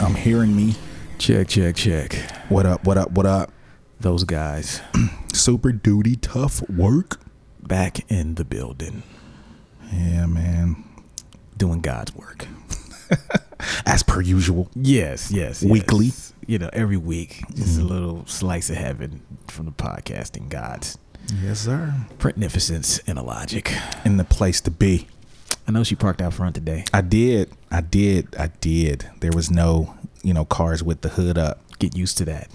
I'm hearing me. Check, check, check. What up? What up? What up? Those guys Super duty tough work. back in the building Yeah, man. doing God's work. As per usual. Yes, yes. yes. Weekly? You know, every week. Just a little slice of heaven from the podcasting gods. Yes, sir. Magnificence and a logic. In the place to be. I know she parked out front today. I did. I did. I did. There was no, you know, cars with the hood up. Get used to that.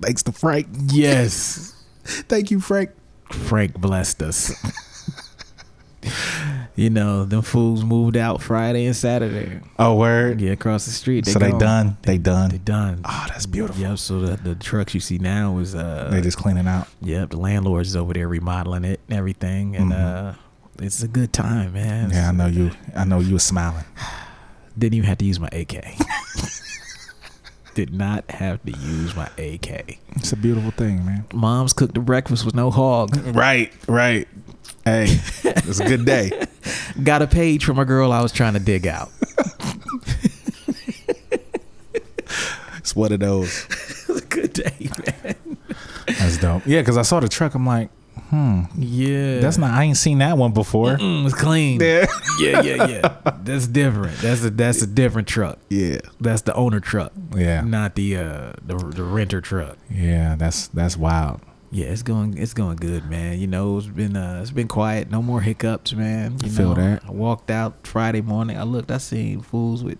Thanks to Frank. yes. Thank you, Frank. Frank blessed us. you know, them fools moved out Friday and Saturday. Oh, word. Yeah, across the street. so they gone. done. They, done. They done. oh, that's beautiful. Yep. So the, the trucks you see now is uh. They just cleaning out. Yep. The landlord's is over there remodeling it and everything, and uh, it's a good time, man. Mm-hmm. Yeah, I know you. I know you were smiling. Didn't even have to use my AK. Did not have to use my AK. It's a beautiful thing, man. Mom's cooked the breakfast with no hog. Right. Right. Hey, it's a good day. Got a page from a girl I was trying to dig out. It's one of those. it was a good day, man. That's dope. Yeah, because I saw the truck. I'm like, hmm, Yeah. that's not. I ain't seen that one before. Mm, it's clean. Yeah. yeah, yeah, yeah. That's different. That's a that's a different truck. Yeah. That's the owner truck. Yeah. Not the uh the, the renter truck. Yeah. That's that's wild. Yeah, it's going it's going good, man. You know, it's been uh it's been quiet, no more hiccups, man. You Feel know, that. I walked out Friday morning. I looked, I seen fools with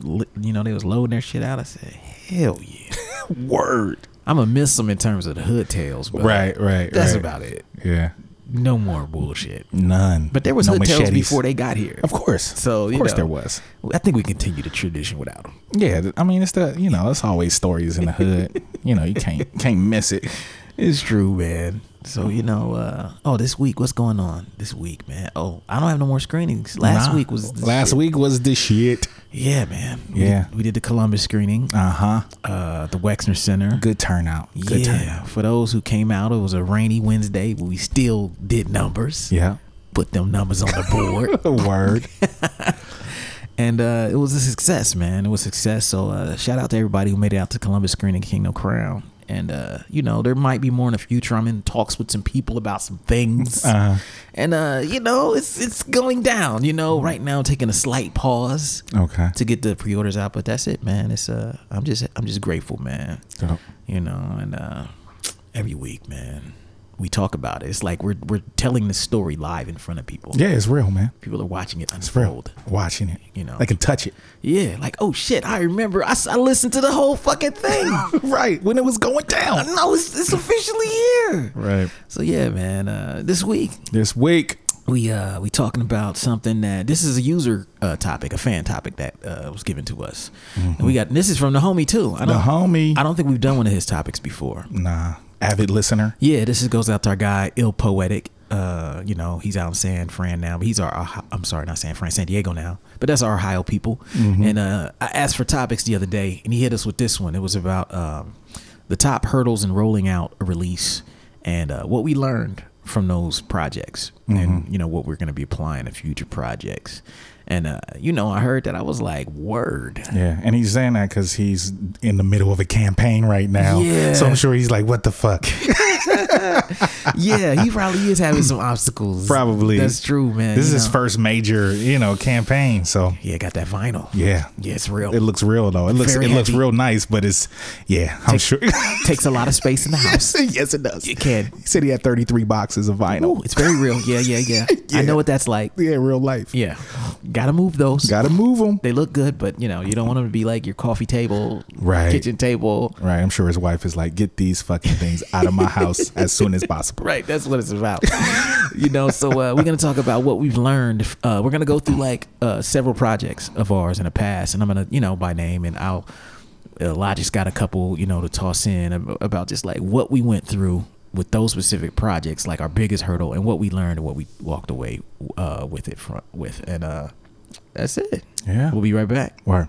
li- you know, they was loading their shit out. I said, "Hell yeah." Word. I'm gonna miss them in terms of the hood tails, but Right. Right. that's right. about it. Yeah. No more bullshit. None. But there was no hood tails machetes. before they got here. Of course. So, of you course know. there was. I think we continue the tradition without them. Yeah. th- I mean, it's the you know, it's always stories in the hood. you know, you can't can't miss it. It's true, man. So you know, uh, oh, this week, what's going on this week, man? Oh, I don't have no more screenings. Last Nah. week was the last shit. week was the shit. Yeah, man. We Yeah. did- we did the Columbus screening, Uh huh. uh, the Wexner Center. Good turnout. Good turnout. yeah, for those who came out, it was a rainy Wednesday. but We still did numbers. Yeah. put them numbers on the board, Word. and uh, it was a success, man. It was a success. So uh, shout out to everybody who made it out to Columbus screening, King No Crown. And uh, you know, there might be more in the future. I'm in talks with some people about some things. Uh, and uh you know it's it's going down you know right now taking a slight pause okay. to get the pre-orders out but that's it man it's uh i'm just i'm just grateful man So, you know and uh every week man we talk about it it's like we're we're telling the story live in front of people yeah, it's real, man. people are watching it It's real. unfold Watching it, You know. they can touch it. yeah like oh shit i remember i, s- I listened to the whole fucking thing right when it was going down. no it's, it's officially here Right. so yeah man uh this week This week. we uh we talking about something that this is a user uh, topic, a fan topic that uh, was given to us, and we got this is from the homie too. Mm-hmm. I The don't, homie. I don't think we've done one of his topics before. Nah. Avid listener. Yeah, this is, goes out to our guy Ill Poetic. Uh, you know, he's out in San Fran now, but he's our Ohi- I'm sorry, not San Fran, San Diego now. But that's our Ohio people. Mm-hmm. And uh, I asked for topics the other day, and he hit us with this one. It was about um, the top hurdles in rolling out a release and uh, what we learned from those projects, Mm-hmm. and you know what we're going to be applying to future projects. And uh, you know, I heard that I was like, word. Yeah, and he's saying that because he's in the middle of a campaign right now. Yeah. So I'm sure he's like, "What the fuck?" yeah, he probably is having some obstacles. Probably. that's true, man. This you is his know. first major, you know, campaign. So Yeah, got that vinyl. yeah, Yeah, it's real. it looks real though. It looks Very it looks heavy. real nice, but it's yeah, I'm sure. takes a lot of space in the house. yes, it does. It can. He said he had 33 boxes of vinyl. Ooh, it's very real. Yeah, yeah, yeah, I know what that's like. Yeah, real life. Yeah. Gotta move those. Got to move them. they look good, but you know, you don't want them to be like your coffee table, Right. kitchen table. Right, I'm sure his wife is like, "Get these fucking things out of my house as soon as possible." Right, that's what it's about. you know, so uh, we're gonna talk about what we've learned. Uh, we're gonna go through like uh, several projects of ours in the past, and I'm gonna, you know, by name, and I'll. Uh, Logic's got a couple, you know, to toss in ab- about just like what we went through with those specific projects, like our biggest hurdle and what we learned and what we walked away uh, with it from with, and uh, that's it. Yeah. we'll be right back. Word.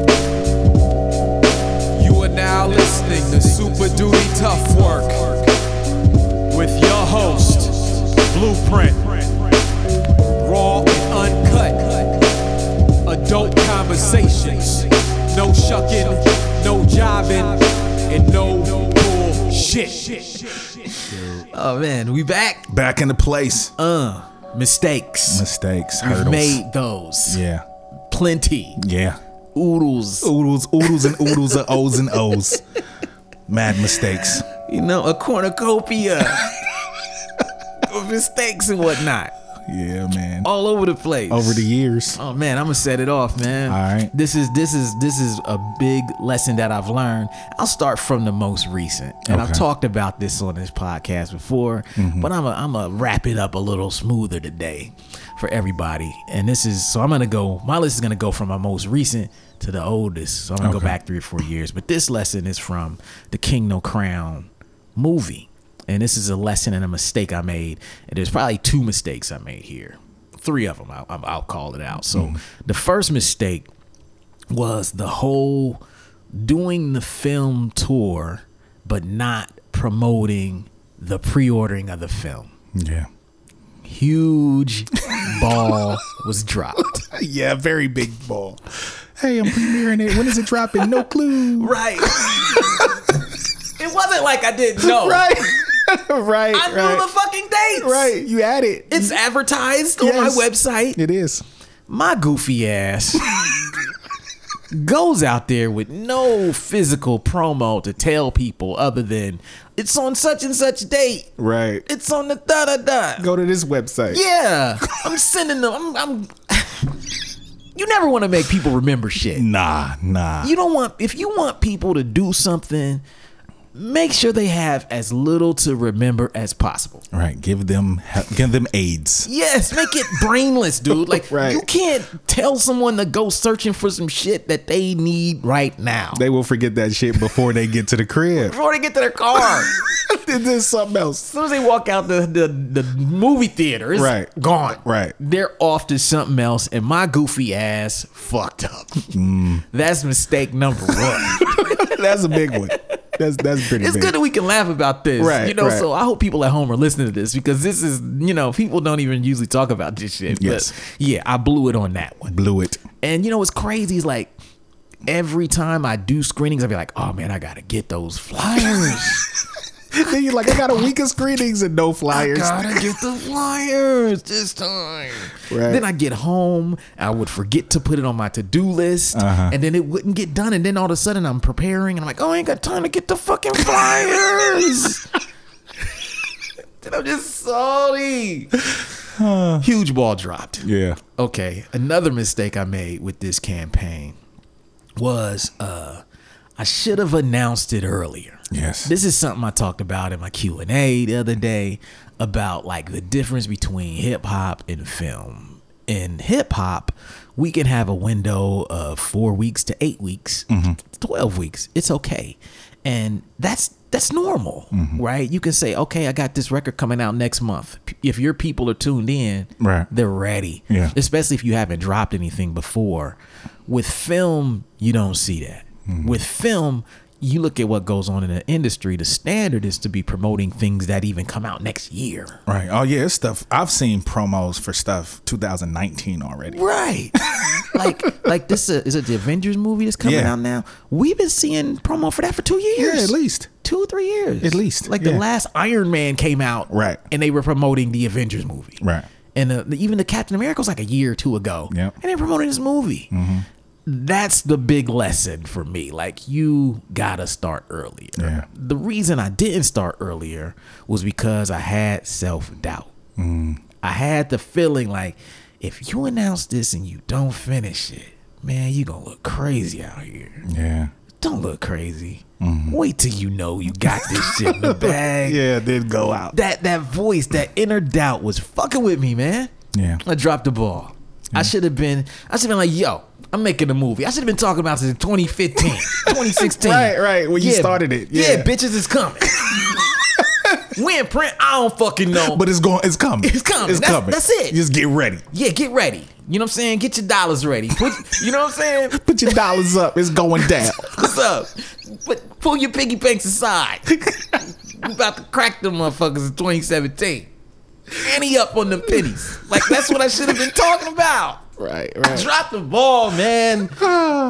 You are now listening to Super Duty Tough Work with your host, Blueprint. Raw and uncut. Adult conversations. No shucking, no jiving, and no bullshit. Oh man, we back. Back into place. Uh, mistakes. Mistakes, We've hurdles. made those. Yeah. Plenty. Yeah. Oodles. Oodles, oodles, and oodles of O's and O's. Mad mistakes. You know, a cornucopia of mistakes and whatnot. Yeah, man. All over the place. Over the years. Oh man, I'm gonna set it off, man. All right. This is this is this is a big lesson that I've learned. I'll start from the most recent, and I've Okay. talked about this on this podcast before, Mm-hmm. but I'm a, I'm gonna wrap it up a little smoother today for everybody. And this is so I'm gonna go. My list is gonna go from my most recent to the oldest. So I'm gonna go Okay. back three or four years. But this lesson is from the King No Crown movie, and this is a lesson and a mistake I made. And there's probably two mistakes I made here. Three of them, I, I'll I'll call it out. So the first mistake was the whole doing the film tour but not promoting the pre-ordering of the film Yeah. huge ball was dropped Yeah, very big ball. Hey, I'm premiering it. When is it dropping? No clue. right it wasn't like i didn't know Right. right. i knew the fucking dates right. You had it. it's advertised on my Yes. website it is. my goofy ass goes out there with no physical promo to tell people other than it's on such and such date Right. it's on the da da da Go to this website. Yeah, I'm sending them. I'm. I'm you never want to make people remember shit. Nah, nah. You don't want if you want people to do something, make sure they have as little to remember as possible. right. Give them he- give them AIDS. Yes, make it brainless, dude. Like Right. you can't tell someone to go searching for some shit that they need right now They will forget that shit before they get to the crib. before they get to their car. this is something else. As soon as they walk out the the, the movie theater, it's Right. gone. Right. They're off to something else, and my goofy ass fucked up. That's mistake number one. That's a big one. That's that's pretty it's big. good that we can laugh about this. Right, You know, right. so I hope people at home are listening to this because this is, you know, people don't even usually talk about this shit. Yes. But yeah, I blew it on that one. Blew it. And you know what's crazy is like every time I do screenings, I'll be like, oh man, I gotta get those flyers. then you're like, I got a week of screenings and no flyers. Gotta get the flyers this time. Right. Then I get home, I would forget to put it on my to do list, and then it wouldn't get done. And then all of a sudden, I'm preparing, and I'm like, oh, I ain't got time to get the fucking flyers. then I'm just salty. Huge ball dropped. Yeah. Okay, another mistake I made with this campaign was uh, I should have announced it earlier. Yes. This is something I talked about in my Q&A the other day about like the difference between hip hop and film. In hip hop, we can have a window of 4 weeks to 8 weeks, Mm-hmm. 12 weeks. It's okay. And that's that's normal, Mm-hmm. right? You can say, "Okay, I got this record coming out next month." P- If your people are tuned in, Right. they're ready. Yeah. Especially if you haven't dropped anything before. With film, you don't see that. Mm-hmm. With film, you look at what goes on in the industry, the standard is to be promoting things that even come out next year. Right. Oh yeah, it's stuff. I've seen promos for stuff 2019 already. Right. like like this is, is it the Avengers movie that's coming Yeah. out now? We've been seeing promo for that for two years. Yeah, at least. Two or three years. At least, Like the yeah. last Iron Man came out. Right. And they were promoting the Avengers movie. Right. and uh, even the Captain America was like a year or two ago. Yep. Mm-hmm. And they promoted this movie. That's the big lesson for me. Like you gotta start earlier. Yeah. The reason I didn't start earlier was because I had self doubt. Mm. I had the feeling like if you announce this and you don't finish it, man, you gonna look crazy out here. Yeah. Don't look crazy. Wait till you know you got this shit in the bag Mm-hmm. Yeah, it did go out. that that voice, that inner doubt was fucking with me, man. Yeah. I dropped the ball. I should have been I should have been like, yo, I'm making a movie. I should have been talking about this in 2015, 2016. Right, right, when you started it, yeah. bitches is coming. when print, I don't fucking know. But it's going. It's coming. It's coming. That's- that's it. Just get ready. yeah, get ready. You know what I'm saying? Get your dollars ready. Put, you know what I'm saying? Put your dollars up. It's going down. What's up? But pull your piggy banks aside. we about to crack them motherfuckers in 2017. And he up on them pennies. Like that's what I should have been talking about. right. I dropped the ball, man.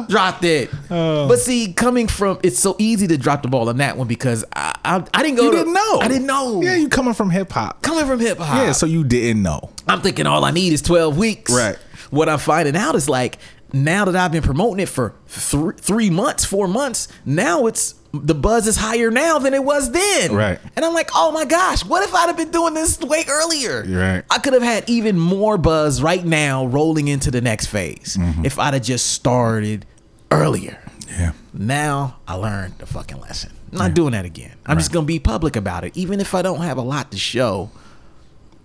dropped it. Oh. But see, coming from it's so easy to drop the ball on that one because I I, I didn't go. You to- didn't know. I didn't know. Yeah, you coming from hip hop. coming from hip hop. Yeah, so you didn't know. I'm thinking all I need is 12 weeks. Right. What I'm finding out is like now that I've been promoting it for three, three months, four months, now it's the buzz is higher now than it was then. Right. And I'm like, oh my gosh, what if I'd have been doing this way earlier? You're right. I could have had even more buzz right now rolling into the next phase Mm-hmm. if I'd have just started earlier. Yeah. Now I learned the fucking lesson. I'm not doing that again. I'm just gonna be public about it. Even if I don't have a lot to show,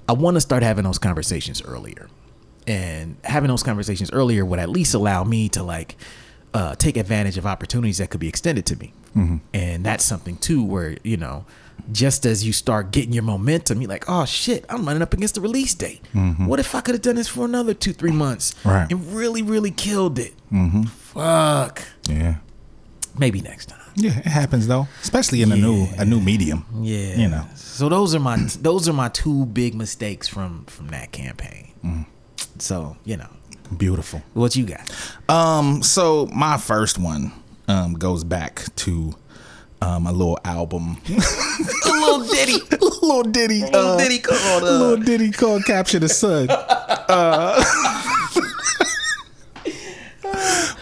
I wanna start having those conversations earlier. And having those conversations earlier would at least allow me to like uh, take advantage of opportunities that could be extended to me. Mm-hmm. And that's something too where, you know, just as you start getting your momentum, you're like, oh shit, I'm running up against the release date. What if I could have done this for another two, three months Mm-hmm. Right. Mm-hmm. and really, really killed it? Fuck. Yeah. Maybe next time. Yeah, it happens though, especially in a new a new medium. Yeah. You know. So those are my those are my two big mistakes from from that campaign. Mm-hmm. So, you know, Beautiful. what you got? Um, so my first one um goes back to um a little album, A little ditty. a little ditty, a little ditty called a little uh, ditty called "Capture the Sun." Uh,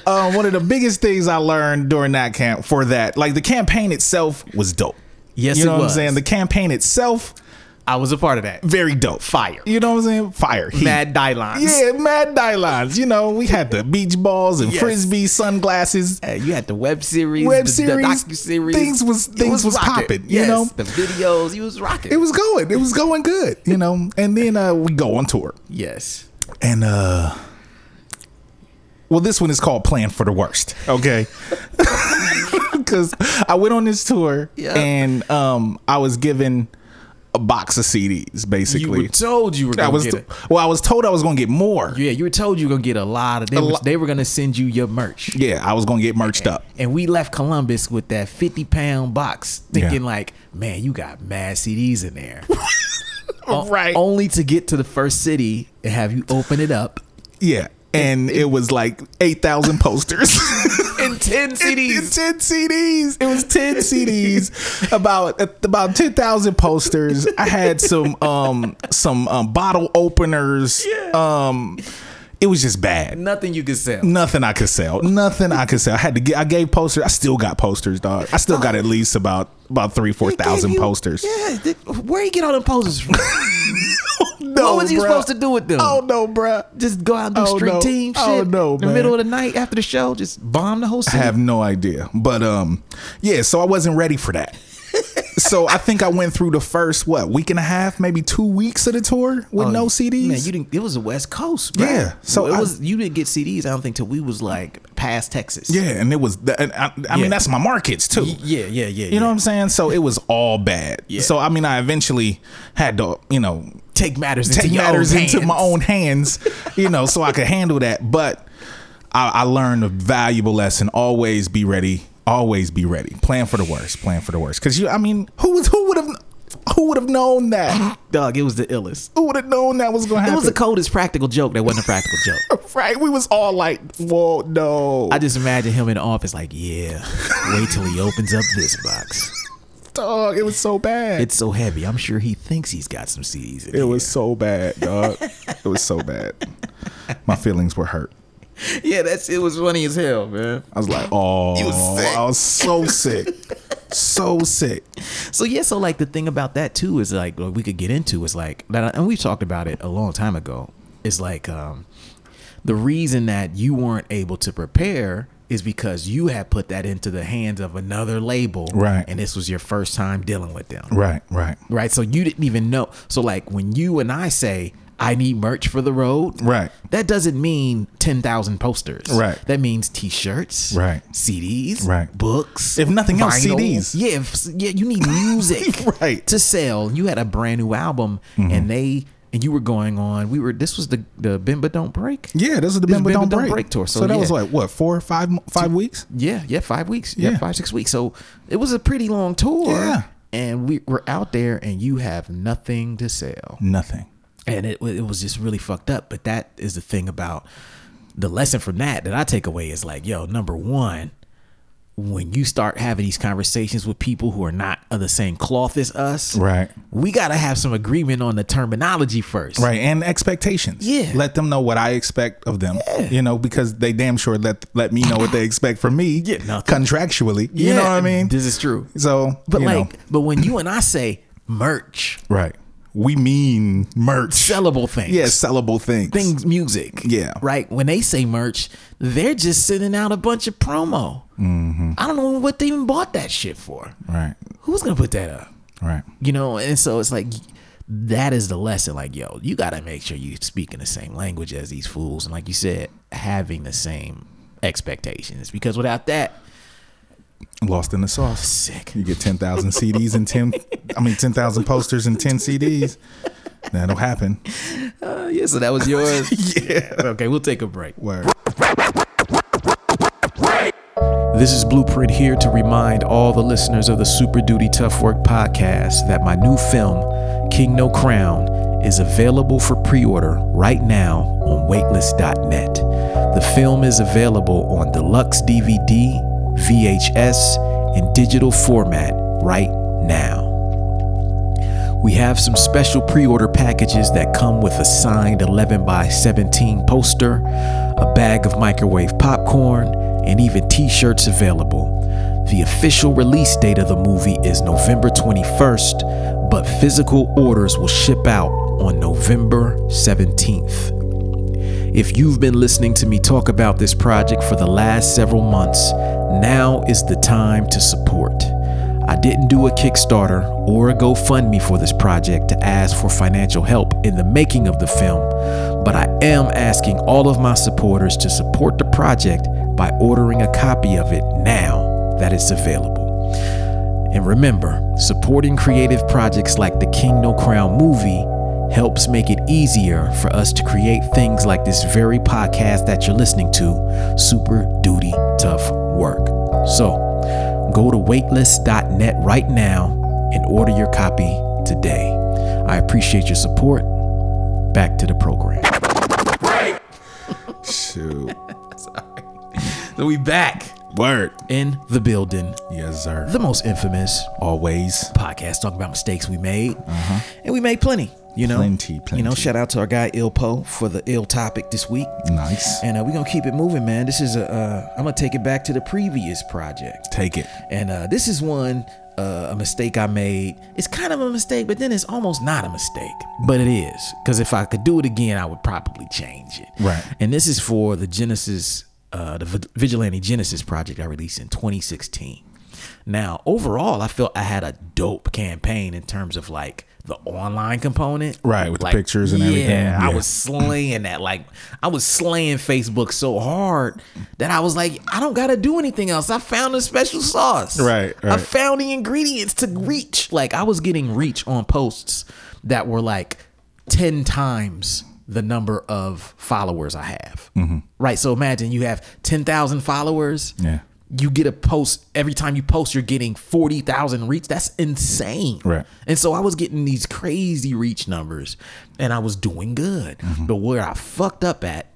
uh, one of the biggest things I learned during that camp for that, like the campaign itself was dope. Yes, you it know what was. I'm saying. The campaign itself, I was a part of that. very dope. Fire. You know what I'm saying? Fire. heat. Mad Dylons. Yeah, mad dylons. You know, we had the beach balls and Yes. frisbee sunglasses. Hey, you had the web series, Web the, series, the docuseries. things was- It things was rocking. popping, you Yes, know? the videos. You was rocking. It was going. It was going good. You know, and then uh, we go on tour, yes. and uh, well, this one is called "Plan for the Worst." Okay, because I went on this tour, Yeah. and um, I was given a box of CDs, You basically. were told you were I gonna was get t- it. well. I was told I was going to get more. Yeah, you were told you were gonna get a lot of. They, were, lot. they were gonna send you your merch. Yeah, I was going to get merched up. And we left Columbus with that 50 pound box, thinking, Yeah. like, man, you got mad CDs in there. O- Right. Only to get to the first city and have you open it up. Yeah, and it was like eight thousand posters. And 10 It- it- ten CDs. It was ten CDs. About about ten thousand posters. I had some um some um, bottle openers. Um, it was just bad. Nothing you could sell. Nothing I could sell. Nothing I could sell. I had to get. I gave posters. I still got posters, dog. I still got at least about about three four thousand Gave you- posters. Yeah. th- where you get all them posters from? No, what was you bruh. supposed to do with them? Oh no, bruh. Just go out and do Oh, street no. team shit Oh, no, in the man. middle of the night after the show? Just bomb the whole I city? have no idea. But um, yeah, so I wasn't ready for that. so I think I went through the first what week and a half, maybe two weeks of the tour with Oh, no CDs. Man, you didn't. It was the West Coast, bro. Yeah, so So it I- was you didn't get CDs. I don't think till we was like past Texas. yeah, and it was. The, and I, I Yeah. mean, that's my markets too. Y- yeah, yeah, yeah. You know what I'm saying? So it was all bad. Yeah. So I mean, I eventually had to, you know, take matters take into matters your own into my hands. own hands, you know, so I could handle that. But I, I learned a valuable lesson: always be ready, always be ready. Plan for the worst, plan for the worst. Because you, I mean, who was who would have who would have known that? Dog, it was the illest. Who would have known that was going to It happen? was the coldest practical joke that wasn't a practical joke. right. We was all like, "Whoa, no!" I just imagine him in the office like, yeah, wait till he opens up this box. dog. It was so bad. It's so heavy. I'm sure he thinks he's got some CDs. In it here. was so bad, dog. it was so bad. My feelings were hurt. yeah. That's it was funny as hell, man. I was like, oh, was sick. I was so sick, so sick. So yeah, so like the thing about that too is like what we could get into is like that, and we talked about it a long time ago. Is like um, the reason that you weren't able to prepare is because you had put that into the hands of another label, Right. And this was your first time dealing with them, Right, right, right? So you didn't even know. So like when you and I say. I need merch for the road. Right. That doesn't mean 10,000 posters. Right. That means t shirts. Right. CDs. Right. Books. If nothing else, CDs. Yeah. If, yeah. You need music Right. Mm-hmm. to sell. You had a brand new album, and they and you were going on. We were. This was the the Bimba Don't Break. Yeah, this is the This Bimbo Bimba Don't, Don't break. Break tour, So, so that yeah. was like what four, five, mo- five weeks. Yeah, yeah, five weeks. Yeah, Yeah. five six weeks. So it was a pretty long tour. Yeah. And we were out there, and you have nothing to sell, Nothing. and it wa- it was just really fucked up. But that is the thing about the lesson from that that I take away is like, yo, number one. When you start having these conversations with people who are not of the same cloth as us, Right. we got to have some agreement on the terminology first. Right, and expectations. Yeah. let them know what I expect of them. You know, because they damn sure let let me know what they expect from me. Yeah, nothing. contractually. You know what I mean? This is true. so, But you know, like, but when you and I say merch, right, we mean merch, sellable things, yeah, sellable things. things, music, Yeah. right. When they say merch, they're just sending out a bunch of promo. Mm-hmm. I don't know what they even bought that shit for. Right, Who's gonna put that up? right. You know, and so it's like that is the lesson. Like, yo, you gotta make sure you speak in the same language as these fools, and like you said, having the same expectations. Because without that, Lost in the sauce. sick. You get ten thousand CDs and ten, I mean ten thousand posters and ten CDs. That'll happen. Uh, yeah, so that was yours. Yeah. Okay, we'll take a break. Word. This is Blueprint here to remind all the listeners of the Super Duty Tough Work podcast that my new film, King No Crown, is available for pre order right now on waitlist.net. The film is available on deluxe DVD, VHS, and digital format right now. We have some special pre order packages that come with a signed 11 by 17 poster, a bag of microwave popcorn, and even t shirts available. The official release date of the movie is November 21st, but physical orders will ship out on November 17th. If you've been listening to me talk about this project for the last several months, now is the time to support. I didn't do a Kickstarter or a GoFundMe for this project to ask for financial help in the making of the film, but I am asking all of my supporters to support the project by ordering a copy of it now that it's available. And remember, supporting creative projects like the King No Crown movie helps make it easier for us to create things like this very podcast that you're listening to, Super Duty Tough Work. So go to waitlist.net right now and order your copy today. I appreciate your support. Back to the program. Shoot. So we back Word. in the building, Yes, sir. the most infamous Always. podcast talking about mistakes we made, and we made plenty. You know, Uh-huh. Plenty, You know, plenty. shout out to our guy Il Po for the ill topic this week, Nice. and uh, we're gonna keep it moving, man. This is a, uh, I'm gonna take it back to the previous project, Take it. and uh, this is one uh, a mistake I made. It's kind of a mistake, but then it's almost not a mistake, but it is because if I could do it again, I would probably change it. Right. And this is for the Genesis, uh, the Vi- Vigilante Genesis project I released in 2016. Now, overall, I felt I had a dope campaign in terms of like the online component, Right, with the pictures and yeah, everything. I Yeah. was slaying that. Like, I was slaying Facebook so hard that I was like, I don't got to do anything else. I found the special sauce. Right, I right. found the ingredients to reach. Like, I was getting reach on posts that were like 10 times the number of followers I have. Mm-hmm. Right. So imagine you have 10,000 followers. Yeah. You get a post every time you post, you're getting 40,000 reach. That's insane. Right. And so I was getting these crazy reach numbers and I was doing good. But where I fucked up at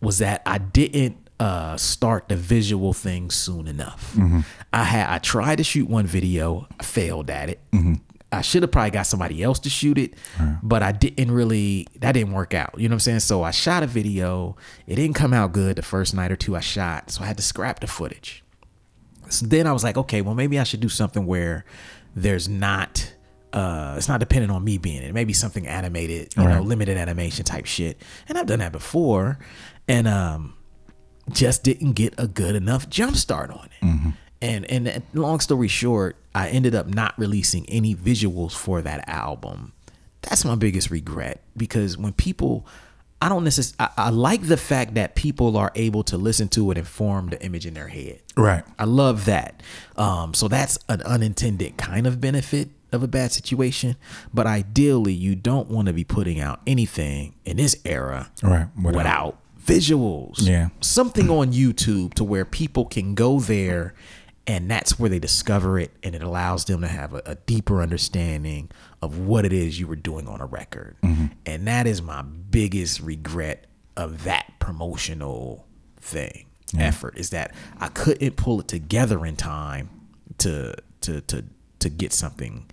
was that I didn't uh, start the visual thing soon enough. I had I tried to shoot one video, I failed at it. I should have probably got somebody else to shoot it, but I didn't really. That didn't work out. You know what I'm saying? So I shot a video. It didn't come out good the first night or two I shot, so I had to scrap the footage. So then I was like, okay, well maybe I should do something where there's not uh it's not dependent on me being in it. Maybe something animated, you know, limited animation type shit. And I've done that before. And um just didn't get a good enough jump start on it. And and that- long story short, I ended up not releasing any visuals for that album. That's my biggest regret because when people I don't necessarily I, I like the fact that people are able to listen to it and form the image in their head. Right. I love that. Um, so that's an unintended kind of benefit of a bad situation. But ideally, you don't want to be putting out anything in this era Right, without, without- visuals. Yeah. Something on YouTube to where people can go there and that's where they discover it and it allows them to have a, a deeper understanding of what it is you were doing on a record. And that is my biggest regret of that promotional thing effort is that I couldn't pull it together in time to to to to get something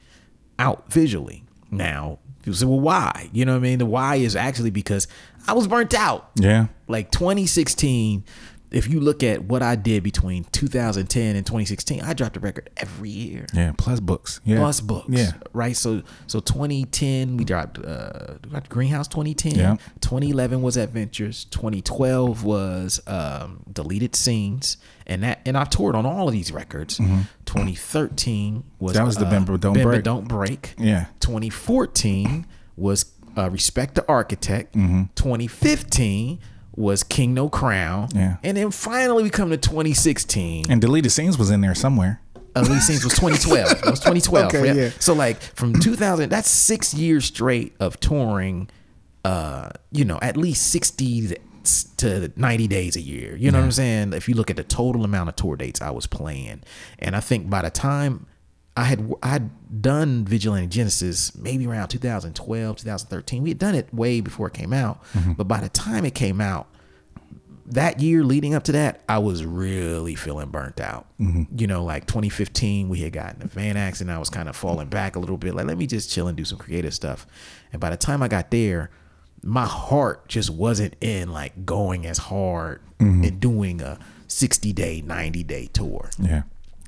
out visually. Now you say, well, why? You know what I mean? The why is actually because I was burnt out. Yeah. Like 2016, if you look at what I did between 2010 and 2016, I dropped a record every year. Yeah. Plus books. Yeah. Plus books, Yeah. right? So, so 2010 we dropped, uh, we dropped Greenhouse 2010. Yeah. 2011 was Adventures. 2012 was um, Deleted Scenes, and that and I've toured on all of these records. 2013 was Mm-hmm. That was the Bend But Don't Bend But Break. Don't Break. Yeah. 2014 was uh, Respect the Architect. Mm-hmm. 2015 was King No Crown. Yeah. And then finally we come to 2016. And deleted scenes was in there somewhere. At least since was 2012. It was 2012. Okay, yeah. yeah. So like from 2000, that's six years straight of touring. Uh, you know, at least 60 to 90 days a year. You know what I'm saying? If you look at the total amount of tour dates I was playing, and I think by the time I had I had done Vigilante Genesis maybe around 2012, 2013. We had done it way before it came out, but by the time it came out, that year leading up to that, I was really feeling burnt out. You know, like 2015, we had gotten a van accident. I was kind of falling back a little bit. Like, let me just chill and do some creative stuff. And by the time I got there, my heart just wasn't in like going as hard and doing a 60 day, 90 day tour. Yeah.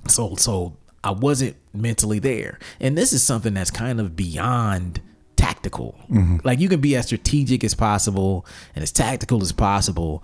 So so I wasn't mentally there. And this is something that's kind of beyond tactical. Like you can be as strategic as possible and as tactical as possible,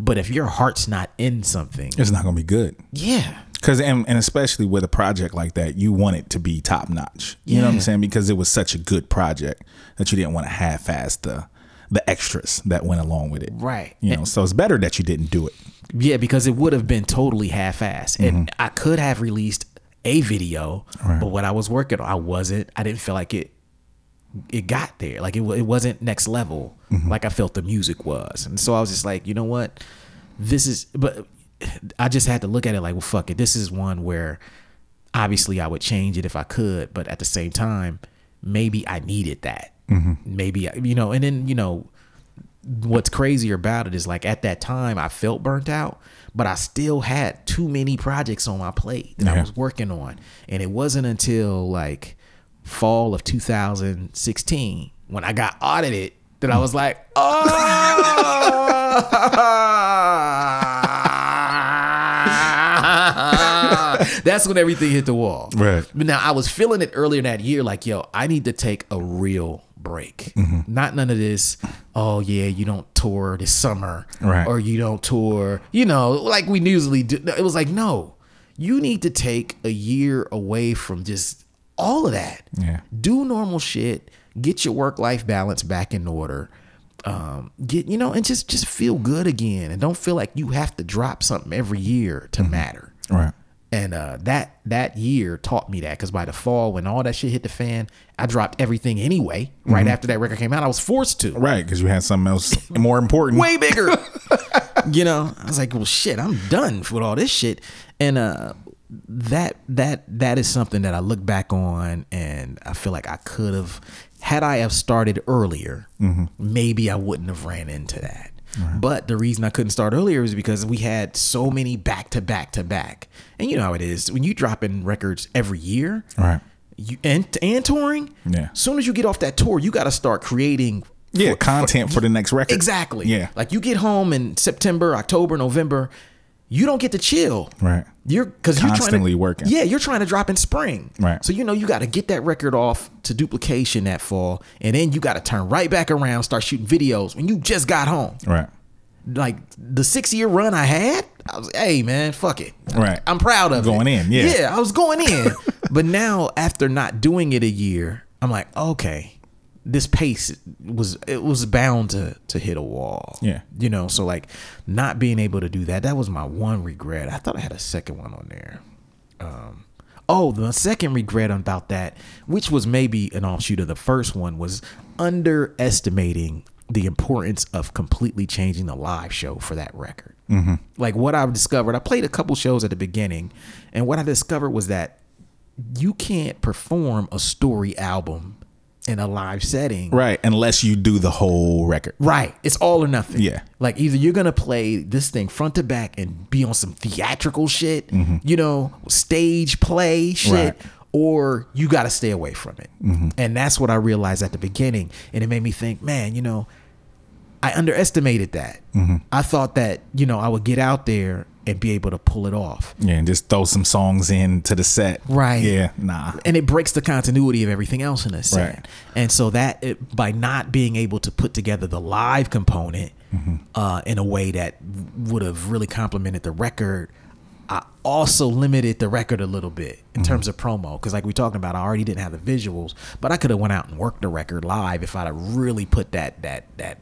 but if your heart's not in something, It's not gonna be good. yeah. Cause and, and especially with a project like that, you want it to be top notch. You know what I'm Yeah. saying? Because it was such a good project that you didn't want to half ass the the extras that went along with it. Right. You know, so it's better that you didn't do it. Yeah, because it would have been totally half-assed, and I could have released a video, but what I was working on, I wasn't. I didn't feel like it. It got there, like it. wa- It wasn't next level, like I felt the music was, and so I was just like, you know what, this is. But I just had to look at it like, well, fuck it. This is one where, obviously, I would change it if I could, but at the same time, maybe I needed that. Maybe I- you know, and then you know, what's crazier about it is like at that time I felt burnt out, but I still had too many projects on my plate that I Yeah. was working on. And it wasn't until like fall of 2016 when I got audited that I was like, oh, that's when everything hit the wall. Right. But now I was feeling it earlier that year, like, yo, I need to take a real break. Mm-hmm. Not none of this, oh yeah, you don't tour this summer. Right. Or you don't tour, you know, like we usually do. It was like, no, you need to take a year away from just all of that. Yeah. Do normal shit. Get your work life balance back in order. Um, get you know, and just just feel good again, and don't feel like you have to drop something every year to Mm-hmm. matter. Right. And uh, that that year taught me that because by the fall, when all that shit hit the fan, I dropped everything anyway. Right after that record came out, I was forced to Right. Because you had something else more important. way bigger. you know, I was like, well, shit, I'm done with all this shit. And uh, that that that is something that I look back on, and I feel like I Mm-hmm. could have, had I have started earlier, maybe I wouldn't have ran into that. But the reason I couldn't start earlier is because we had so many back to back to back. And you know how it is when you drop in records every year, Right. You and and touring. Yeah. Soon as you get off that tour, you got to start creating. Yeah, content for the next record. Exactly. Yeah. Like you get home in September, October, November, you don't get to chill. Right. You're because you're Constantly trying to, working. Yeah, you're trying to drop in spring. Right. So you know you got to get that record off to duplication that fall, and then you got to turn right back around, start shooting videos when you just got home. Right. Like the six year run I had, I was hey man, fuck it. Right. I'm proud of Going it. in, yeah. Yeah, I was going in, but now after not doing it a year, I'm like, okay, this pace was it was bound to to hit a wall. Yeah. you know, so like not being able to do that, that was my one regret. I thought I had a second one on there. Um, oh, the second regret about that, which was maybe an offshoot of the first one, was underestimating the importance of completely changing the live show for that record. Mm-hmm. Like what I've discovered, I played a couple shows at the beginning, and what I discovered was that you can't perform a story album in a live setting. Right. Unless you do the whole record. Right. It's all or nothing. Yeah. Like either you're gonna play this thing front to back and be on some theatrical shit, you know, stage play shit, Right. or you gotta stay away from it. And that's what I realized at the beginning. And it made me think, man, you know, I underestimated that. I thought that, you know, I would get out there and be able to pull it off. Yeah, and just throw some songs in to the set. Right. Yeah. Nah. and it breaks the continuity of everything else in a set. Right. And so that it, by not being able to put together the live component Mm-hmm. uh, in a way that would have really complemented the record, I also limited the record a little bit in terms Mm-hmm. of promo because, like we talking about, I already didn't have the visuals, but I could have went out and worked the record live if I'd have really put that that that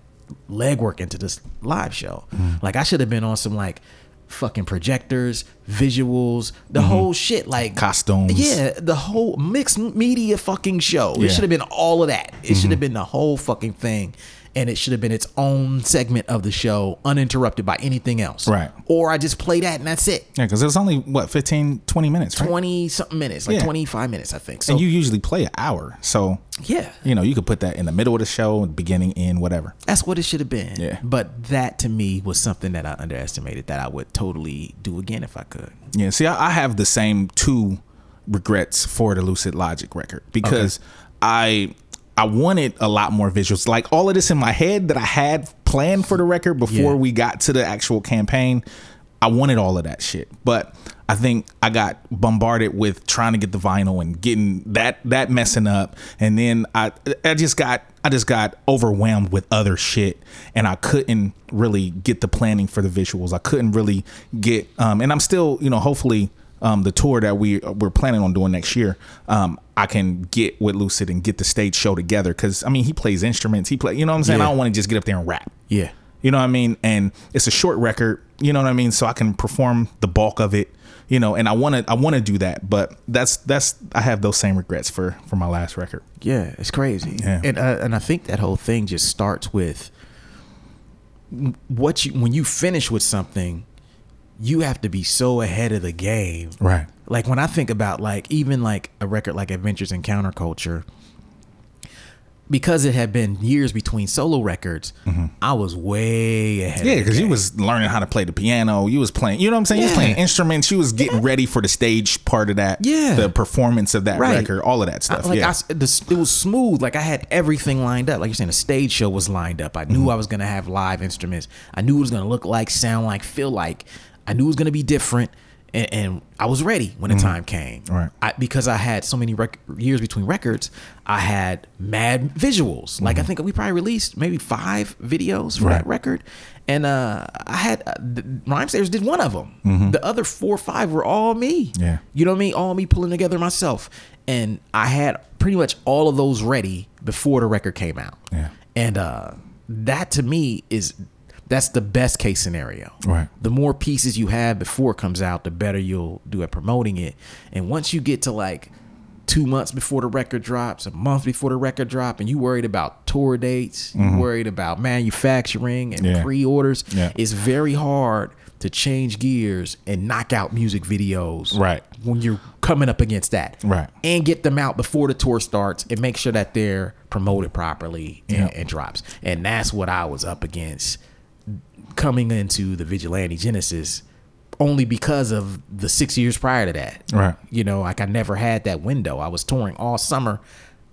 legwork into this live show. Mm-hmm. Like I should have been on some like. Fucking projectors, visuals, the whole shit, like Mm-hmm. Costumes. Yeah, the whole mixed media fucking show. Yeah. It should have been all of that. It should have been the whole fucking thing. And it should have been its own segment of the show, uninterrupted by anything else. Right. Or I just play that and that's it. Yeah, because it was only what 15, 20 minutes, right? 20 something minutes, like Yeah. 25 minutes, I think. So, And you usually play an hour, so yeah, you know you could put that in the middle of the show, beginning, end, whatever. that's what it should have been. Yeah. But that to me was something that I underestimated that I would totally do again if I could. Yeah. See, I, I have the same two regrets for the Lucid Logic record because I I wanted a lot more visuals. Like all of this in my head that I had planned for the record before Yeah. we got to the actual campaign. I wanted all of that shit, but I think I got bombarded with trying to get the vinyl and getting that that messing up, and then I I just got I just got overwhelmed with other shit, and I couldn't really get the planning for the visuals. I couldn't really get, um, and I'm still you know hopefully um, the tour that we we're planning on doing next year, um, I can get with Lucid and get the stage show together. Because I mean, he plays instruments. He play, you know what I'm saying. I Yeah. don't want to just get up there and rap. Yeah. You know what I mean? And it's a short record, you know what I mean? So I can perform the bulk of it, you know, and I want to I want to do that, but that's that's I have those same regrets for for my last record. Yeah, it's crazy. Yeah. And uh, and I think that whole thing just starts with what you when you finish with something, you have to be so ahead of the game. Right. Like when I think about like even like a record like Adventures in Counterculture, because it had been years between solo records, I was way ahead. Mm-hmm. Yeah, of the because you game. was learning how to play the piano. You was playing, you know what I'm saying? You was playing Yeah. instruments. You was getting ready for the stage part of that. Yeah. The performance of that Right. record, all of that I- stuff. like yeah. I s the s it was smooth. Like I had everything lined up. Like you're saying, the stage show was lined up. I knew Mm-hmm. I was gonna have live instruments. I knew it was gonna look like, sound like, feel like. I knew it was gonna be different, and, and I was ready when the time came. Mm-hmm. Right. I, because I had so many rec- years between records, I had mad visuals. Like I think we probably released maybe five videos for Right. that record, and uh, I had uh, the, Rhyme Sayers did one of them. The other four or five were all me. Yeah. You know what I mean? All me pulling together myself. And I had pretty much all of those ready before the record came out. Yeah. And uh that to me is that's the best case scenario. Right. The more pieces you have before it comes out, the better you'll do at promoting it. And once you get to like two months before the record drops, a month before the record drop, and you worried about tour dates, you worried about manufacturing and Mm-hmm. Yeah. pre-orders, Yeah. it's very hard to change gears and knock out music videos Right. when you're coming up against that Right. and get them out before the tour starts and make sure that they're promoted properly and, Yeah. and drops and that's what i was up against coming into the vigilante genesis only because of the six years prior to that. Right. You know, like I never had that window. I was touring all summer.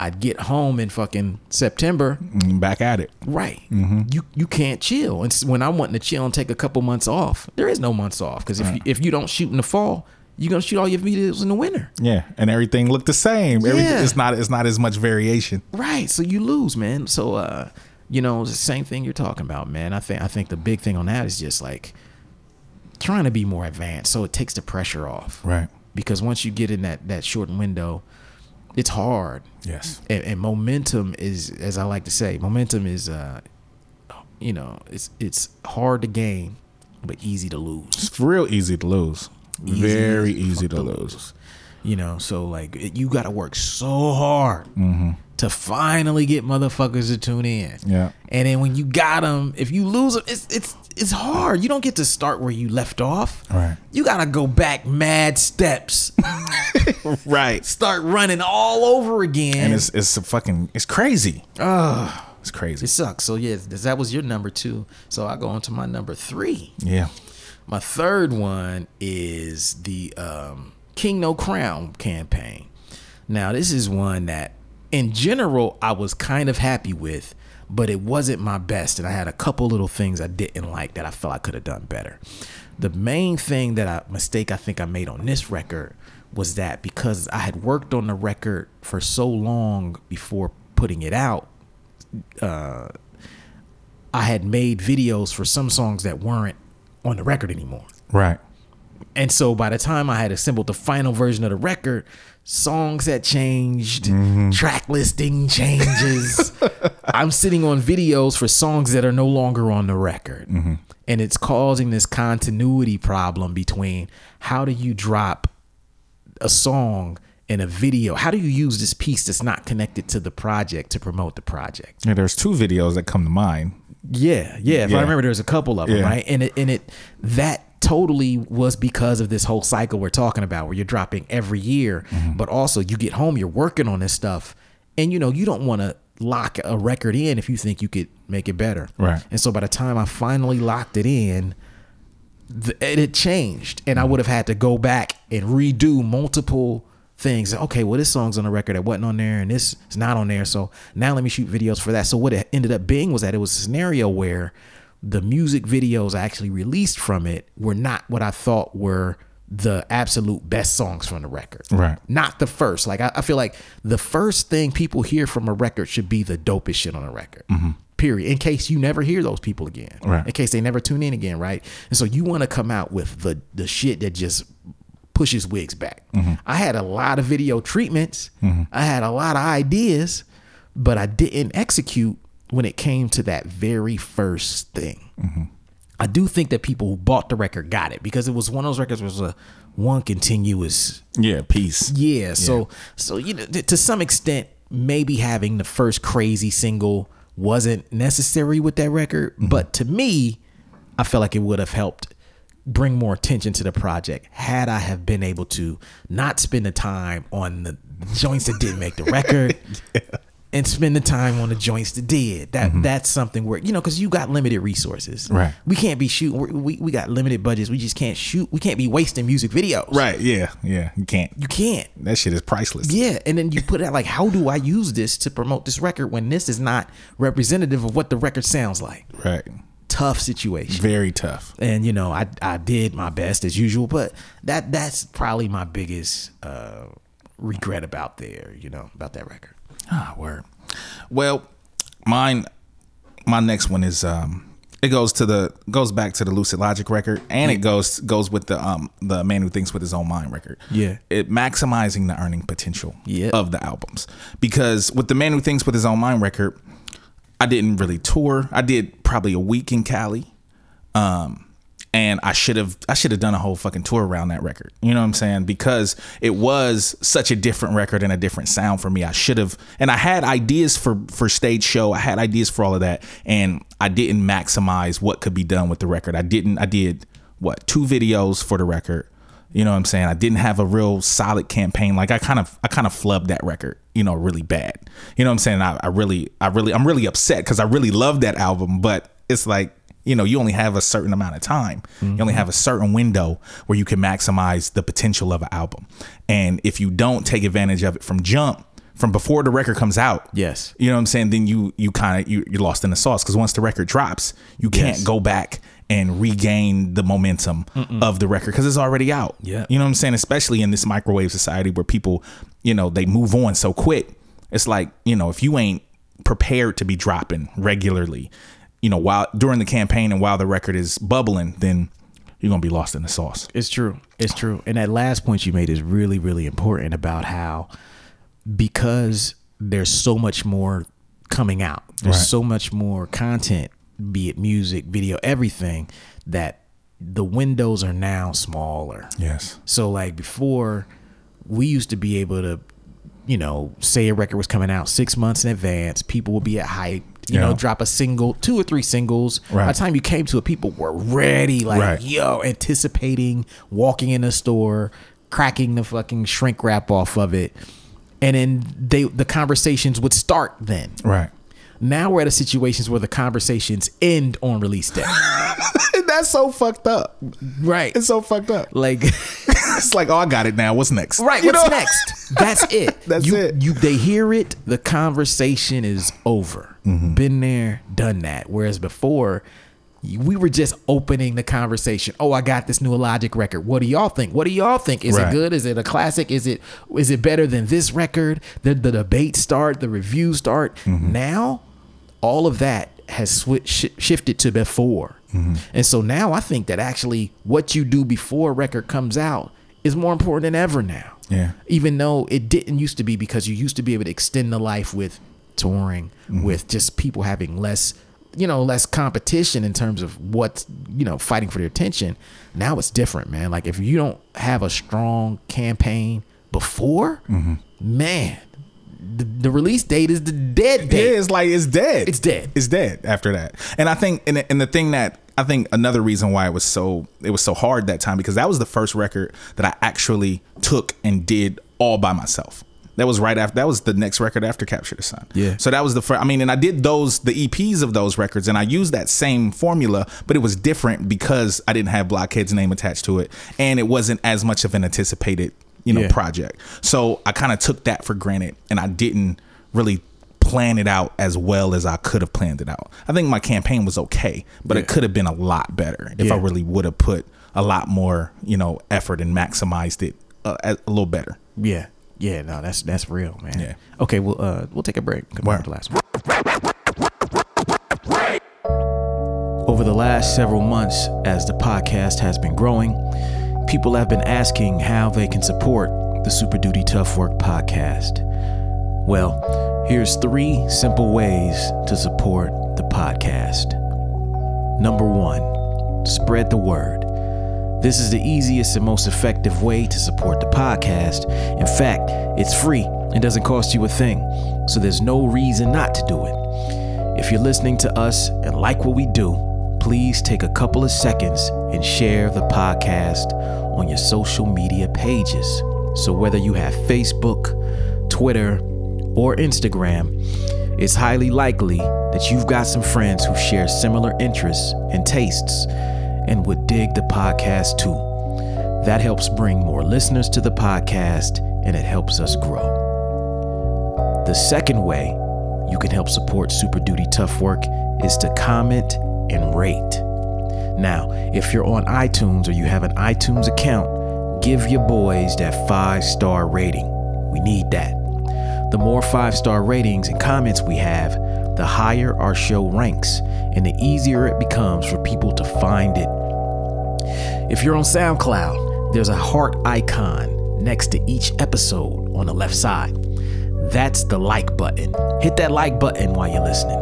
I'd get home in fucking September. Mm, Back at it. Right. You you can't chill. And s- when I'm wanting to chill and take a couple months off, there is no months off because if you, if you don't shoot in the fall, you're gonna shoot all your videos in the winter. Yeah, and everything looked the same. Every, Yeah. It's not. It's not as much variation. Right. So you lose, man. So uh, you know, it's the same thing you're talking about, man. I think I think the big thing on that is just like trying to be more advanced so it takes the pressure off. Right. Because once you get in that that short window, it's hard. Yes. And, and momentum is as I like to say, momentum is uh you know, it's it's hard to gain but easy to lose. It's real easy to lose. Very easy to lose. You know, so like it- you got to work so hard to finally get motherfuckers to tune in. Mm-hmm. Yeah. And then when you got them, if you lose them, it's it's it's hard. You don't get to start where you left off. Right. You gotta go back mad steps, Right. start running all over again. And it's it's a fucking it's crazy. it's crazy. it sucks. So yeah, th- that was your number two. So I go on to my number three. yeah. My third one is the um, King No Crown campaign. Now, this is one that, in general, I was kind of happy with, but it wasn't my best. And I had a couple little things I didn't like that I felt I could have done better. The main thing that I mistake I think I made on this record was that because I had worked on the record for so long before putting it out, I had made videos for some songs that weren't on the record anymore. Right. And so by the time I had assembled the final version of the record, songs had changed, track listing changes. I'm sitting on videos for songs that are no longer on the record. And it's causing this continuity problem between how do you drop a song and a video? How do you use this piece that's not connected to the project to promote the project? Yeah, there's two videos that come to mind. Yeah, yeah. If Yeah. I remember, there was a couple of them, Yeah. right? And it, and it that totally was because of this whole cycle we're talking about, where you're dropping every year, Mm-hmm. but also you get home, you're working on this stuff, and you know you don't want to lock a record in if you think you could make it better, Right. And so by the time I finally locked it in, th- it had changed and i Mm. would have had to go back and redo multiple things okay well this song's on the record that wasn't on there and this is not on there so now let me shoot videos for that so what it ended up being was that it was a scenario where the music videos i actually released from it were not what i thought were the absolute best songs from the record Right. not the first like i, I feel like the first thing people hear from a record should be the dopest shit on a record period in case you never hear those people again Mm-hmm. Right. in case they never tune in again, right? And so you want to come out with the the shit that just pushes wigs back. I had a lot of video treatments. I had a lot of ideas, but I didn't execute when it came to that very first thing. I do think that people who bought the record got it because it was one of those records was a one continuous Yeah, peace. yeah. So so you know th- to some extent maybe having the first crazy single wasn't necessary with that record, Mm-hmm. but to me I felt like it would have helped bring more attention to the project had I have been able to not spend the time on the joints that didn't make the record. And spend the time on the joints that did that. That's something where you know because you got limited resources. Mm-hmm. Right. We can't be shooting. We, we we got limited budgets. We just can't shoot. We can't be wasting music videos. Right. Yeah. Yeah. You can't. You can't. That shit is priceless. Yeah, and then you put out like, how do I use this to promote this record when this is not representative of what the record sounds like? Right. Tough situation. Very tough. And you know, I I did my best as usual, but that that's probably my biggest uh, regret about there. You know, about that record. Ah, word. Well, mine, my next one is um, it goes to the goes back to the Lucid Logic record, and it goes goes with the um the man who thinks with his own mind record. Yeah. it maximizing the earning potential Yeah. of the albums because with the man who thinks with his own mind record, I didn't really tour. I did probably a week in Cali. Um, and I should have I should have done a whole fucking tour around that record. You know what I'm saying? Because it was such a different record and a different sound for me. I should have and I had ideas for for stage show. I had ideas for all of that and I didn't maximize what could be done with the record. I didn't I did what? Two videos for the record. You know what I'm saying? I didn't have a real solid campaign. Like I kind of I kind of flubbed that record, you know, really bad. You know what I'm saying? I, I really I really I'm really upset because I really love that album, but it's like You know, you only have a certain amount of time. You only have a certain window where you can maximize the potential of an album. And if you don't take advantage of it from jump, from before the record comes out, Yes. you know what I'm saying. Then you you kind of you, you're lost in the sauce because once the record drops, you can't Yes. go back and regain the momentum of the record because it's already out. Yeah. you know what I'm saying. Especially in this microwave society where people, you know, they move on so quick. It's like you know if you ain't prepared to be dropping regularly, you know, while during the campaign and while the record is bubbling, then you're gonna be lost in the sauce. It's true. It's true. And that last point you made is really, really important about how because there's so much more coming out, there's Right. so much more content, be it music, video, everything, that the windows are now smaller. Yes. So like before, we used to be able to, you know, say a record was coming out six months in advance. People would be at hype. You Yeah. know, drop a single, two or three singles. By Right. the time you came to it, people were ready, like Right. yo, anticipating, walking in the store, cracking the fucking shrink wrap off of it, and then they the conversations would start. Then Right. now we're at a situations where the conversations end on release day. That's so fucked up. right. It's so fucked up. like it's like, oh, I got it now. What's next? Right. You what's know? next? That's it. That's you, it. You they hear it. The conversation is over. Mm-hmm. Been there, done that. Whereas before, you- we were just opening the conversation. Oh, I got this new Logic record. What do y'all think? What do y'all think? Is Right. it good? Is it a classic? Is it is it better than this record? The the debates start. The reviews start. Now, all of that has swi shi shifted to before. Mm-hmm. And so now I think that actually what you do before a record comes out is more important than ever now. Yeah. Even though it didn't used to be because you used to be able to extend the life with touring, with just people having less, you know, less competition in terms of what's, you know, fighting for their attention. Now it's different, man. Like if you don't have a strong campaign before, Mm-hmm. man, the, the release date is the dead date. Yeah, it's like it's dead. It's dead. It's dead after that. And I think, and, and the thing that I think another reason why it was so it was so hard that time because that was the first record that I actually took and did all by myself. That was right after. That was the next record after Capture the Sun. Yeah. So that was the first. I mean, and I did those the EPs of those records, and I used that same formula, but it was different because I didn't have Blockhead's name attached to it, and it wasn't as much of an anticipated, you know, Yeah. project project. So I kind of took that for granted and I didn't really plan it out as well as I could have planned it out. I think my campaign was okay, but it could have been a lot better if I Yeah. really would have put a lot more, you know, effort and maximized it uh, a, a little better. Yeah. Yeah, no, that's that's real, man. Yeah. Okay, well uh we'll take a break. Come back Word. to the last one. Over the last several months, as the podcast has been growing, people have been asking how they can support the Super Duty Tough Work podcast. Well, here's three simple ways to support the podcast. Number one, spread the word. This is the easiest and most effective way to support the podcast. In fact, it's free and doesn't cost you a thing, so there's no reason not to do it. If you're listening to us and like what we do, please take a couple of seconds and share the podcast on your social media pages. So, whether you have Facebook, Twitter, or Instagram, it's highly likely that you've got some friends who share similar interests and tastes and would dig the podcast too. That helps bring more listeners to the podcast and it helps us grow. The second way you can help support Super Duty Tough Work is to comment and rate. Now, if you're on iTunes or you have an iTunes account, give your boys that five star rating. We need that. The more five star ratings and comments we have, the higher our show ranks and the easier it becomes for people to find it. If you're on SoundCloud, there's a heart icon next to each episode on the left side. That's the like button. Hit that like button while you're listening.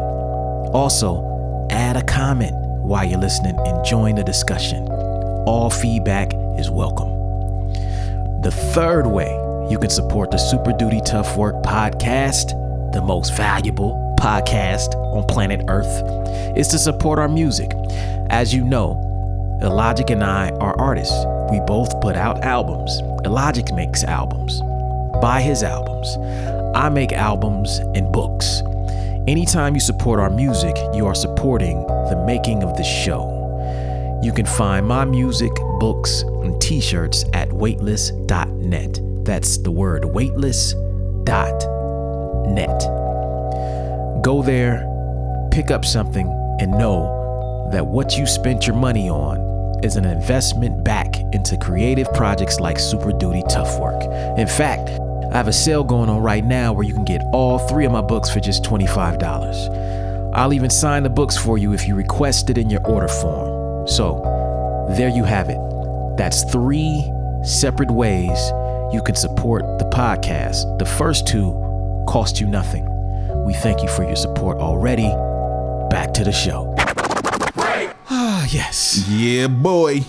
Also, add a comment while you're listening and join the discussion. All feedback is welcome. The third way you can support the Super Duty Tough Work podcast, the most valuable podcast on planet Earth, is to support our music. As you know, Illogic and I are artists. We both put out albums. Illogic makes albums. Buy his albums. I make albums and books. Anytime you support our music, you are supporting the making of the show. You can find my music, books, and t shirts at weightless.net. That's the word weightless.net. Go there, pick up something, and know that what you spent your money on is an investment back into creative projects like Super Duty Tough Work. In fact, I have a sale going on right now where you can get all three of my books for just $25. I'll even sign the books for you if you request it in your order form. So, there you have it. That's three separate ways you can support the podcast. The first two cost you nothing. We thank you for your support already. Back to the show. Ah, yes. Yeah, boy.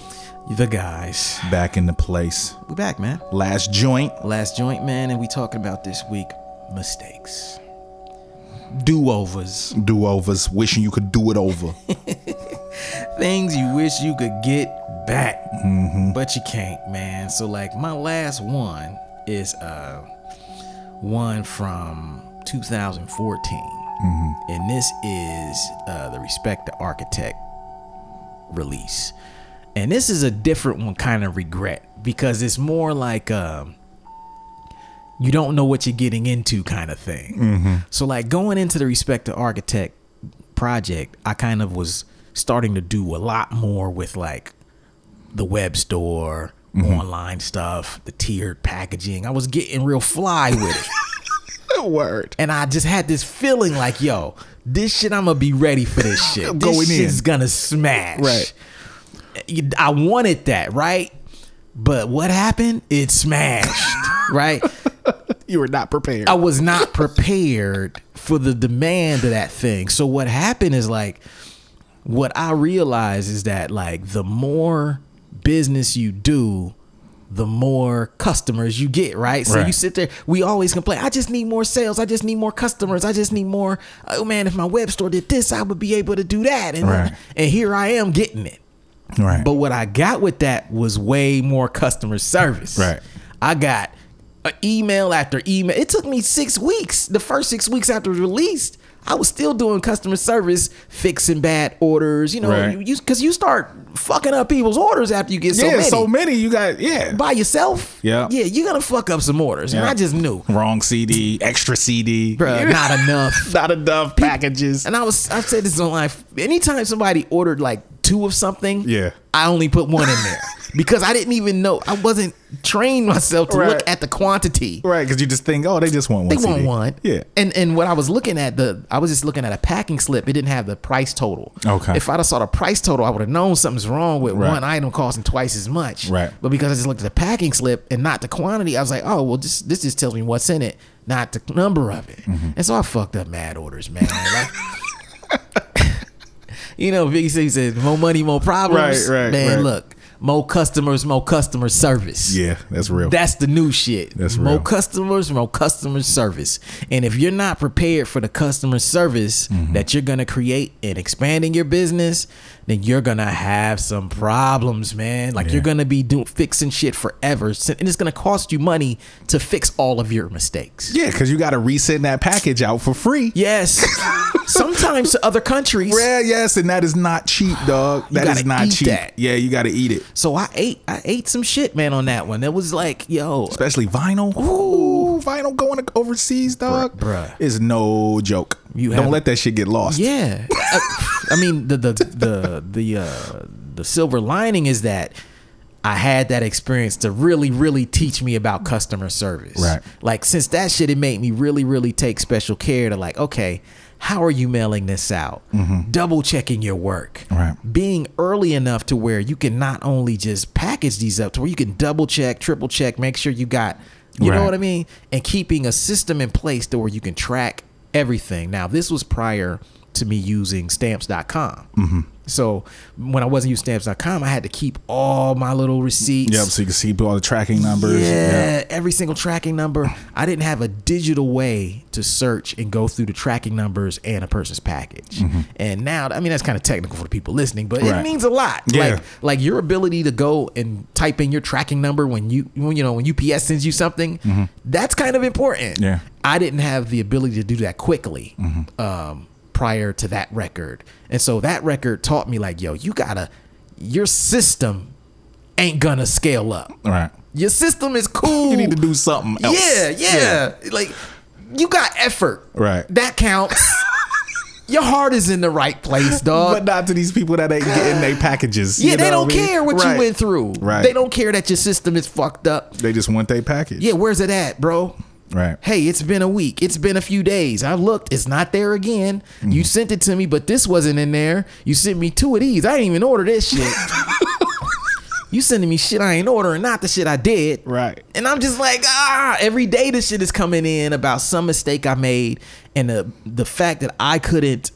The guys. Back in the place. We back, man. Last joint. Last joint, man, and we talking about this week mistakes. Do-overs. Do overs. Wishing you could do it over. things you wish you could get back but you can't man so like my last one is uh one from 2014 and this is uh the respect the architect release and this is a different one kind of regret because it's more like um you don't know what you're getting into kind of thing. So like going into the respect to architect project, I kind of was starting to do a lot more with like the web store, Mm-hmm. online stuff, the tiered packaging. I was getting real fly with it. Word. And I just had this feeling like, yo, this shit, I'm gonna be ready for this shit. I'm this going in. shit's gonna smash. Right. I wanted that, right? But what happened? It smashed, right? You were not prepared. I was not prepared for the demand of that thing. So what happened is like what I realized is that like the more business you do, the more customers you get, right? So you Right. sit there, we always complain, I just need more sales, I just need more customers, I just need more oh man, if my web store did this, I would be able to do that. And Right. and here I am getting it. right. But what I got with that was way more customer service. Right. I got a email after email. It took me six weeks. The first six weeks after it was released, I was still doing customer service, fixing bad orders. You know, Right. you because you start fucking up people's orders after you get so yeah, many. so many. You got, yeah. by yourself, Yeah. yeah, you're gonna fuck up some orders, and Yeah. I just knew, Wrong CD, extra CD. bruh, not enough. Not enough packages. And I was I've said this online. Anytime somebody ordered like two of something, Yeah. I only put one in there because I didn't even know I wasn't trained myself to Right. look at the quantity. Right, because you just think, oh, they just want one They CD. want one, Yeah. And and what I was looking at the I was just looking at a packing slip. It didn't have the price total. Okay. If I'd have saw the price total, I would have known something's wrong with Right. one item costing twice as much. Right. But because I just looked at the packing slip and not the quantity, I was like, oh well, this this just tells me what's in it, not the number of it. Mm-hmm. And so I fucked up mad orders, man. Like, you know, Biggie Six says, "More money, more problems." Right, right, man. right. Look, more customers, more customer service. Yeah, that's real. That's the new shit. That's more real. customers, more customer service. And if you're not prepared for the customer service Mm-hmm. that you're gonna create in expanding your business, then you're gonna have some problems, man. Like you're gonna be doing fixing shit forever, So- and it's gonna cost you money to fix all of your mistakes. yeah, because you got to resend that package out for free. Yes, sometimes to other countries. Yeah, yes, and that is not cheap, dog. That gotta is not eat cheap. that. Yeah, you got to eat it, So I ate, I ate some shit, man, on that one. That was like, yo, especially vinyl. Ooh, vinyl going overseas, dog, Bruh, bruh. is no joke. You don't have- let that shit get lost. yeah. Uh, I, I mean, the the the the uh, the silver lining is that I had that experience to really, really teach me about customer service. Right. Like since that shit, it made me really, really take special care to like, okay, how are you mailing this out? Double checking your work. Mm-hmm. Right. Being early enough to where you can not only just package these up to where you can double check, triple check, make sure you got, you know Right. what I mean? And keeping a system in place to where you can track everything. Now, this was prior to me using stamps.com. Mm-hmm. So when I wasn't using stamps.com, I had to keep all my little receipts. Yep. So you can see all the tracking numbers. Yeah, uh, every single tracking number. I didn't have a digital way to search and go through the tracking numbers and a person's package. And now, I mean, that's kind of technical for the people listening, but it Mm-hmm. Right. means a lot. Yeah. Like, like your ability to go and type in your tracking number when you, when, you know, when UPS sends you something, that's kind of important. Mm-hmm. Yeah. Mm-hmm. I didn't have the ability to do that quickly um, prior to that record, and so that record taught me like, yo, you gotta, your system ain't gonna scale up. Right. Your system is cool. You need to do something else. Yeah, yeah, Like you got effort. Right. That counts. Your heart is in the right place, dog. But not to these people that ain't getting their packages. yeah, you they know don't I mean? care what Right. you went through. Right. They don't care that your system is fucked up. They just want their package. Yeah, where's it at, bro? Right. Hey, it's been a week. It's been a few days. I looked. It's not there again. You sent it to me, but this wasn't in there. You sent me two of these. I didn't even order this shit. you sending me shit I ain't ordering, not the shit I did. Right. And I'm just like, ah, every day this shit is coming in about some mistake I made and the the fact that I couldn't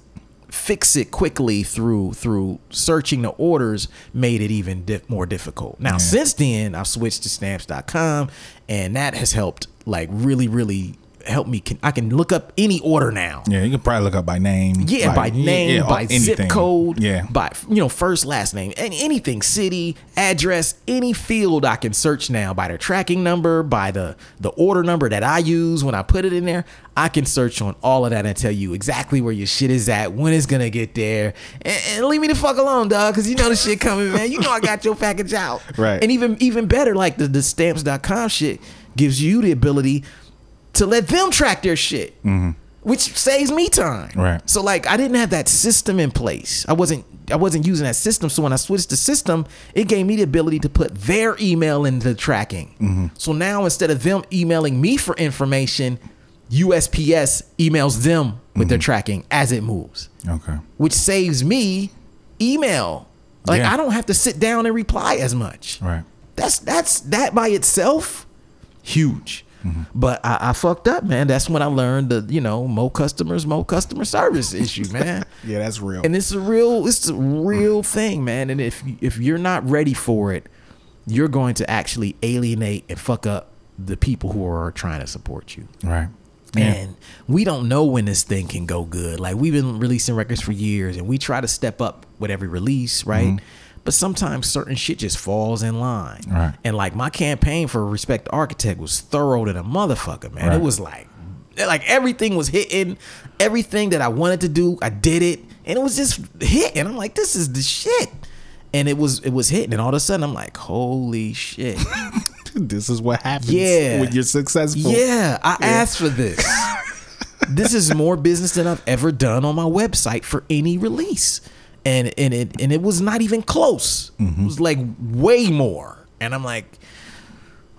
fix it quickly through through searching the orders made it even di- more difficult. Now, since then, I've switched to stamps.com and that has helped like really really help me can, I can look up any order now. Yeah, you can probably look up by name. Yeah, by name, yeah, by anything. zip code, Yeah. by you know first last name, and anything, city, address, any field I can search now by the tracking number, by the the order number that I use when I put it in there. I can search on all of that and tell you exactly where your shit is at, when it's gonna get there, and, and leave me the fuck alone, dog, because you know the shit coming, man. You know I got your package out, Right. And even even better, like the the stamps.com shit gives you the ability to let them track their shit. Which saves me time. Mm-hmm. Right. So like I didn't have that system in place. I wasn't I wasn't using that system. So when I switched the system, it gave me the ability to put their email into the tracking. Mm-hmm. So now instead of them emailing me for information, USPS emails them Mm-hmm. with their tracking as it moves, Okay. which saves me email. Like Yeah. I don't have to sit down and reply as much Right. that's that's that by itself huge but I, I fucked up man that's when i learned the you know more customers more customer service issue man Yeah, that's real. and it's a real it's a real thing man and if if you're not ready for it you're going to actually alienate and fuck up the people who are trying to support you right. Yeah. and we don't know when this thing can go good. Like we've been releasing records for years and we try to step up with every release, right? Mm-hmm. But sometimes certain shit just falls in line. Right. And like my campaign for Respect the Architect was thorough to the motherfucker, man. Right. It was like like everything was hitting, everything that I wanted to do, I did it, and it was just hitting. I'm like, this is the shit. And it was it was hitting, and all of a sudden I'm like, holy shit. this is what happens Yeah. when you're successful. Yeah, I asked for this. this is more business than I've ever done on my website for any release, and and it and it was not even close. It was like way more, and I'm like,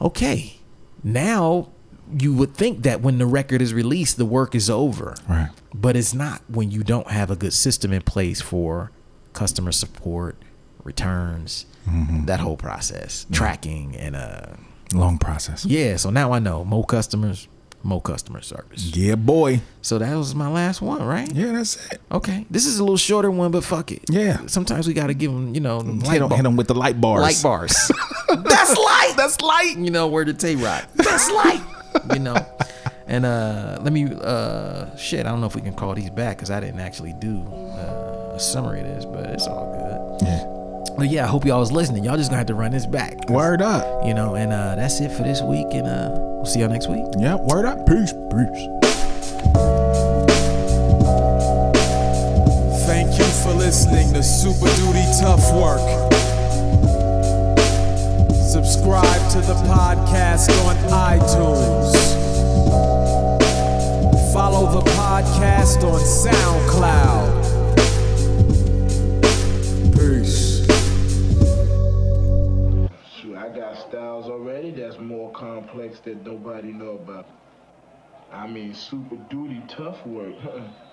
okay, now you would think that when the record is released, the work is over, Right. But it's not when you don't have a good system in place for customer support, returns, Mm-hmm. that whole process, tracking, and uh. Long process. Yeah, so now I know more customers, more customer service. Yeah, boy. So that was my last one, right? Mm. Yeah, that's it. Okay, this is a little shorter one, but fuck it. Yeah. sometimes we gotta give them, you know, them hit, light, them, bar- with the light bars. light bars. That's light. That's light. You know where the Tay Rock. That's light. you know, and uh, let me uh, shit. I don't know if we can call these back because I didn't actually do uh, a summary of this, but it's all Yeah. good. But yeah, I hope y'all was listening. Y'all just gonna have to run this back. Word up. You know, and uh, that's it for this week, and uh, we'll see y'all next week. Yeah, word up. Peace. Peace. Thank you for listening to Super Duty Tough Work. Subscribe to the podcast on iTunes. Follow the podcast on SoundCloud. Peace. Shoot, I got styles already that's more complex that nobody know about. I mean, super duty tough work.